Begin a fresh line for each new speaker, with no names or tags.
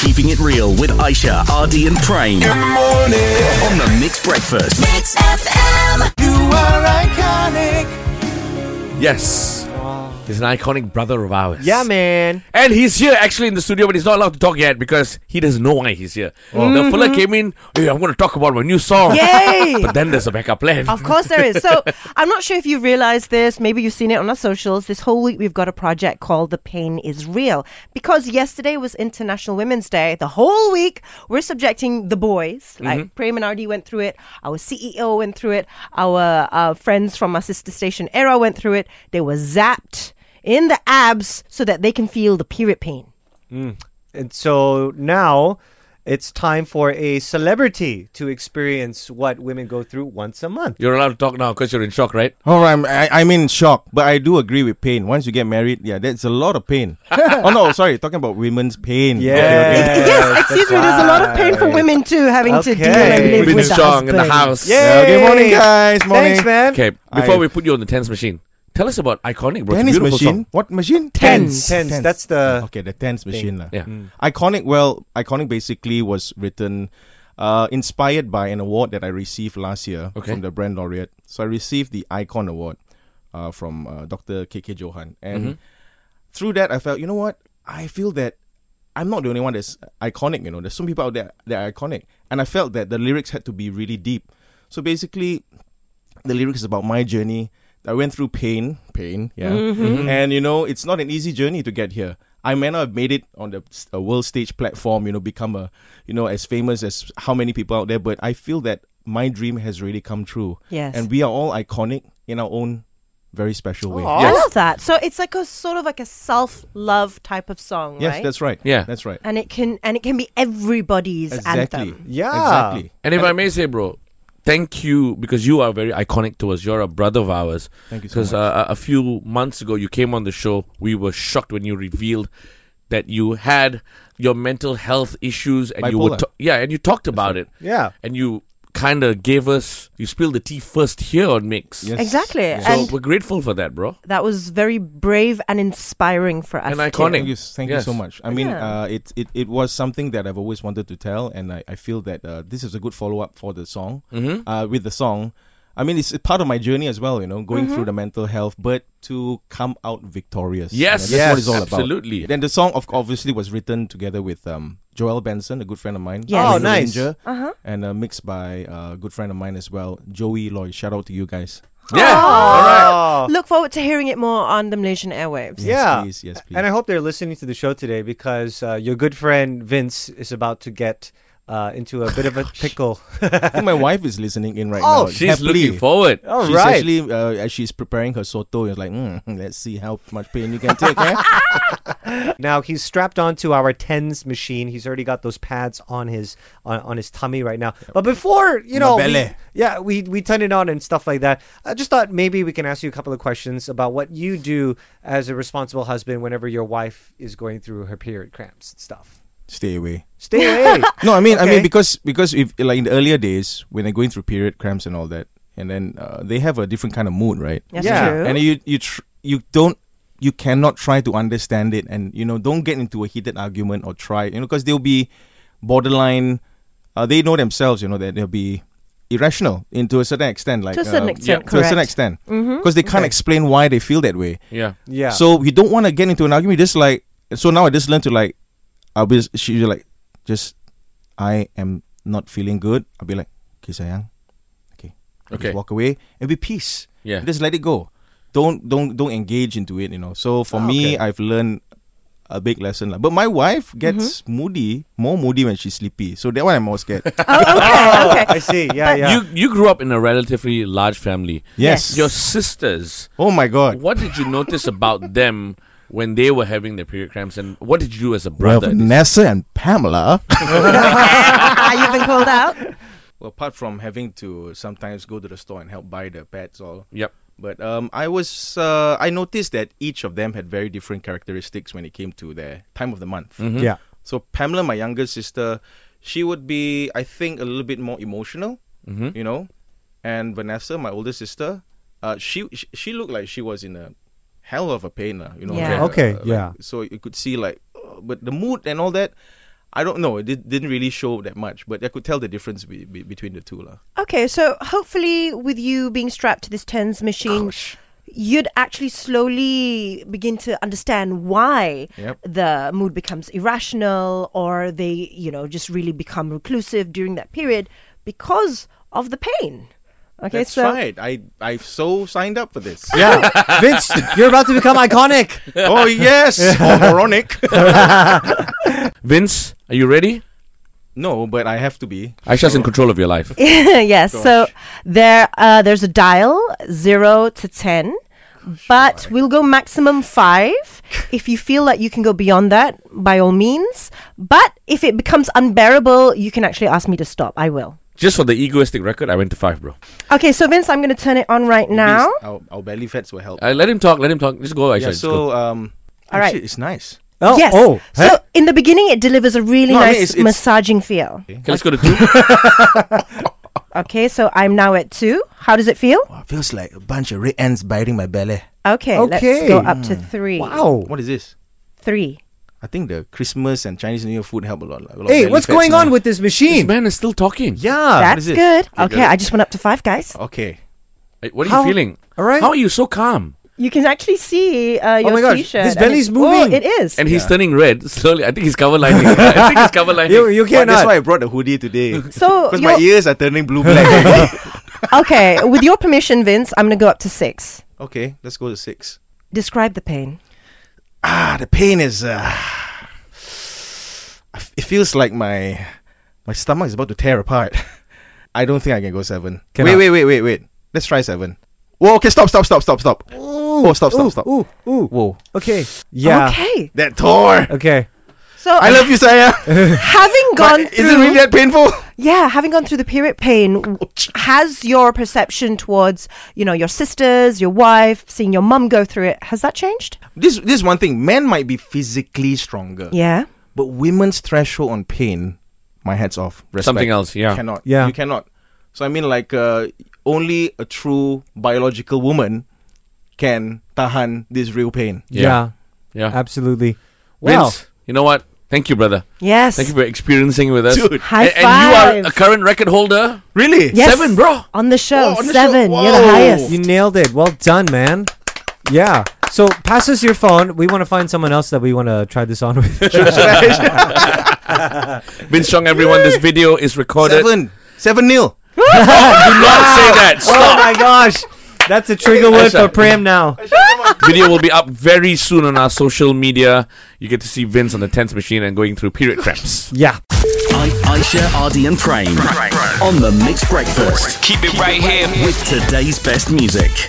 Keeping It Real with Aisha, Ardy, and Prane
Good morning.
on the Mixed Breakfast.
Mix FM.
You are iconic.
Yes. He's an iconic brother of ours.
Yeah, man.
And he's here actually in the studio, but he's not allowed to talk yet because he doesn't know why he's here.
Oh.
The fella came in, hey, I'm going to talk about my new song.
Mm-hmm. Yay!
But then there's a backup plan.
Of course there is. So I'm not sure if you've realized this. Maybe you've seen it on our socials. This whole week we've got a project called The Pain Is Real. Because yesterday was International Women's Day, the whole week we're subjecting the boys.
Mm-hmm.
Like Prem and RD went through it, our CEO went through it, our uh, friends from our sister station Era went through it. They were zapped in the abs so that they can feel the period pain.
And so now it's time for a celebrity to experience what women go through once a month.
You're allowed to talk now because you're in shock, right?
All right, Oh, I'm, I, I'm in shock, but I do agree with pain. Once you get married, yeah, that's a lot of pain. oh no, sorry, talking about women's pain.
Yeah.
Okay, okay.
Yes,
Yes,
excuse
that's
me. There's a lot of pain for
right.
women too, having to deal and
Okay.
live
We've been
with the
strong in the
husband.
house.
Yeah, okay,
Yay!
morning, guys, morning.
Thanks, man.
Okay, before
I-
we put you on the tense machine, tell us about iconic, bro. It's a
Tennis
beautiful
machine.
song.
What machine? Mm.
Tens. Tens. That's the- Mm.
okay. The tens machine, lah.
Yeah.
Iconic. Well, iconic basically was written, uh, inspired by an award that I received last year
Okay.
from the brand laureate. So I received the Icon Award, uh, from uh, Dr. KK Johan, and through that I felt, you know what? I feel that I'm not the only one that's iconic. You know, there's some people out there that are iconic, and I felt that the lyrics had to be really deep. So basically, the lyrics is about my journey. I went through pain, pain, yeah.
Mm-hmm.
And you know, it's not an easy journey to get here. I may not have made it on the s- a world stage platform, you know, become a, you know, as famous as how many people out there. But I feel that my dream has really come true.
Yes.
And we are all iconic in our own very special way.
I love that. So it's like a sort of like a self love type of song,
Yes,
right?
that's right.
Yeah.
that's right.
and it can and it can be everybody's
Exactly.
anthem.
Yeah.
Exactly.
And if I may say, bro, thank you because you are very iconic to us. You're a brother of ours.
Thank you so
Because
much.
uh, a a few months ago, you came on the show. We were shocked when you revealed that you had your mental health issues, and you were
Bipolar.
ta- yeah, and you talked about it.
Yeah.
and you kind of gave us you spilled the tea first here on Mix.
Yes.
Exactly.
So
And
we're grateful for that, bro.
that was very brave and inspiring for us.
And
too.
iconic.
Thank you, thank
Yes.
you so much. I mean,
Yeah.
uh, it, it it was something that I've always wanted to tell, and I, I feel that uh, this is a good follow up for the song. Mm-hmm. Uh, with the song, I mean, it's part of my journey as well. You know,
Mm-hmm.
going through the mental health, but to come out victorious. You know,
Yes.
that's what
Yes.
it's all about.
Absolutely.
Then the song, of, obviously, was written together with um, Joel Benson, a good friend of mine.
Yes.
He's
Oh,
an
nice.
arranger, And uh, mixed by uh, a good friend of mine as well, Joey Lloyd. Shout out to you guys.
Yeah. All right.
Oh.
Look forward to hearing it more on the Malaysian airwaves.
Yes,
Yeah.
please, yes, please.
And I hope they're listening to the show today because uh, your good friend Vince is about to get uh, into a bit of a pickle.
I think my wife is listening in right
Oh,
now.
She's
Happily.
looking forward.
All
she's
right.
actually uh, as she's preparing her soto. It's like, mm, let's see how much pain you can take. Eh?
Now he's strapped onto our tens machine. He's already got those pads on his on, on his tummy right now. But before you know,
My
we-
belly.
yeah, we we turn it on and stuff like that. I just thought maybe we can ask you a couple of questions about what you do as a responsible husband whenever your wife is going through her period cramps and stuff.
Stay away.
Stay away.
No, I mean, I
Okay.
mean, because because if like in the earlier days when they're going through period cramps and all that, and then uh, they have a different kind of mood, right?
That's
Yeah.
true.
And you you tr- you don't you cannot try to understand it, and you know don't get into a heated argument or try, you know, because they'll be borderline. Uh, they know themselves, you know, that they'll be irrational into a certain extent, like
To a certain
uh,
extent,
to a certain
correct. Mm-hmm.
extent, because they can't explain why they feel that way.
Yeah.
yeah.
So we don't want to get into an argument. Just like so now, I just learned to like. I'll be she's like, just I am not feeling good. I'll be like, okay, sayang, okay, I'll
Okay.
Just walk away and be peace.
Yeah.
just let it go. Don't don't don't engage into it. You know. So for me, I've learned a big lesson. lah. But my wife gets moody, more moody when she's sleepy. So that one I'm more scared.
Oh, okay, okay.
I see. Yeah, yeah.
You you grew up in a relatively large family.
yes.
Your sisters.
oh my god.
What did you notice about them when they were having their period cramps, and what did you do as a
Well,
brother?
Vanessa and Pamela.
You've been called out.
Well, apart from having to sometimes go to the store and help buy the pads all.
Yep.
But um, I was uh, I noticed that each of them had very different characteristics when it came to their time of the month.
Mm-hmm.
yeah.
So Pamela, my younger sister, she would be I think a little bit more emotional, you know, and Vanessa, my older sister, uh, she she- she looked like she was in a hell of a pain, lah, you know.
Yeah.
like,
Okay,
like,
yeah.
so you could see like, uh, but the mood and all that. I don't know. It did, didn't really show that much, but I could tell the difference be, be, between the two, lah.
Okay, so hopefully, with you being strapped to this TENS machine, you'd actually slowly begin to understand why
Yep.
the mood becomes irrational or they, you know, just really become reclusive during that period because of the pain. Okay,
That's
so
right. I I so signed up for this.
Yeah, Vince, you're about to become iconic.
oh yes, or moronic.
Vince, are you ready?
no, but I have to be.
Aisha's in control of your life.
yes, so there, uh, there's a dial zero to ten, but we'll go maximum five. if you feel that you can go beyond that, by all means. But if it becomes unbearable, you can actually ask me to stop. I will.
Just for the egoistic record, I went to five, bro.
Okay, so Vince, I'm going to turn it on right now.
Please, Our, our belly fats will help.
Uh, let him talk. Let him talk. Just go, Aisha.
yeah.
just go.
So um.
All right.
actually, it's nice.
Oh,
yes.
oh,
so
huh?
in the beginning, it delivers a really
No, I mean, it's-
nice
it's-
massaging feel.
Okay, let's go to two.
Okay, so I'm now at two. How does it feel?
Wow, feels like a bunch of red ants biting my belly.
Okay, let's go
Okay.
up to three.
wow.
What is this?
Three.
I think the Christmas and Chinese New Year food help a lot. lah. A lot of
Hey,
belly
what's
fats
going
now.
on with this
This
machine?
man is still talking.
Yeah.
That's
Ah, is this?
good.
Okay,
Okay,
good.
I just went up to five, guys.
Okay.
Uh, What are
How-
you feeling?
all right.
How are you so calm?
You can actually see
Oh
uh, your
my gosh,
t-shirt.
his
and
belly's
it's- Oh,
moving.
it is.
And he's turning red slowly. I think he's cover lining. I think he's cover lining.
You, you
But that's
cannot.
why I brought the hoodie today.
so,
Because my
your-
ears are turning blue black.
okay, with your permission, Vince, I'm going to go up to six.
okay, let's go to six.
Describe the pain.
Ah, the pain is. Uh, I f- it feels like my my stomach is about to tear apart. I don't think I can go seven.
Cannot.
Wait, wait, wait, wait, wait. Let's try seven. Whoa, okay, stop, stop, stop, stop, stop. oh, stop, stop,
Ooh,
stop.
ooh, ooh.
Whoa.
Okay. Yeah.
Okay.
That tore.
Okay.
So,
I love you, Saya.
having gone
But
through,
Is it really that painful?
yeah, having gone through the period pain, w- has your perception towards, you know, your sisters, your wife, seeing your mum go through it, has that changed?
This, this is one thing. Men might be physically stronger.
Yeah.
But women's threshold on pain, my hat's off. Respect.
Something else, yeah.
Cannot.
Yeah.
You cannot. So I mean, like, uh, only a true biological woman can tahan this real pain.
Yeah.
Yeah.
Absolutely. Well,
Vince, you know what? Thank you, brother.
Yes.
Thank you for experiencing with us.
Dude.
High
and, and you
five.
are a current record holder.
Really?
Yes.
Seven, bro.
On the show,
Whoa, on the show.
seven. You're the
Whoa.
highest.
you nailed it. Well done, man. Yeah. So pass us your phone. We want to find someone else that we want to try this on with.
Vince Strong, everyone. This video is recorded.
Seven. Seven nil.
Do not say that.
oh
Stop.
my gosh. That's a trigger word for
Aisha.
Prem now.
video will be up very soon on our social media. You get to see Vince on the tense machine and going through period cramps.
Yeah.
I- Aisha, Ardy, and Prane on the Mixed Breakfast
Keep it right here.
with today's best music.